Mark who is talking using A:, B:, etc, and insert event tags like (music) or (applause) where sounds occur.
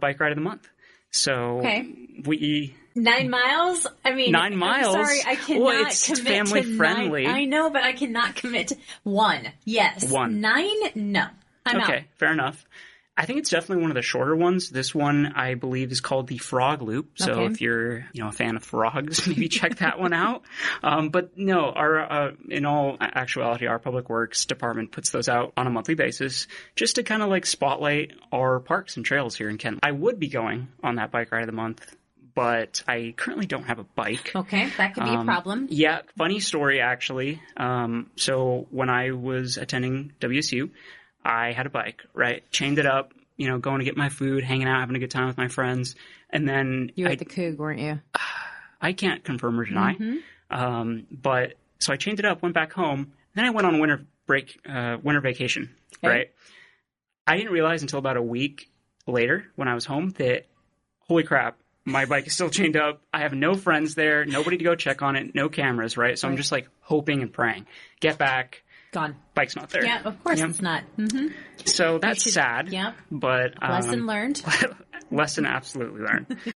A: bike ride of the month. So
B: Okay.
A: we
B: Nine miles? I mean,
A: 9
B: I'm
A: miles?
B: sorry, I
A: Well,
B: cannot
A: it's
B: commit
A: family
B: to nine-
A: friendly.
B: I know, but I cannot commit to one. Yes,
A: One.
B: Nine? No, I'm
A: okay,
B: out.
A: fair enough. I think it's definitely one of the shorter ones. This one, I believe, is called the Frog Loop. So
B: Okay.
A: if you're, you know, a fan of frogs, (laughs) maybe check that one out. Um, but no, our uh, in all actuality, our Public Works department puts those out on a monthly basis just to kind of like spotlight our parks and trails here in Kent. I would be going on that bike ride of the month, but I currently don't have a bike.
B: Okay, that could be a
A: Um,
B: problem.
A: Yeah, funny story actually. Um, so when I was attending WSU, I had a bike, right? Chained it up, you know, going to get my food, hanging out, having a good time with my friends, and then
C: You were
A: I,
C: at the Coog, weren't you?
A: I can't confirm or
B: Mm-hmm.
A: deny. Um, but so I chained it up, went back home, then I went on winter break, uh, winter vacation,
C: Okay.
A: right? I didn't realize until about a week later when I was home that holy crap, my bike is still chained up. I have no friends there, nobody to go check on it, no cameras, right? So I'm just like hoping and praying. Get back,
B: Gone.
A: bike's not there.
B: Yeah, of course
A: Yeah.
B: it's not. hmm
A: So that's sad.
B: yeah.
A: But um,
B: Lesson learned.
A: (laughs) lesson absolutely learned.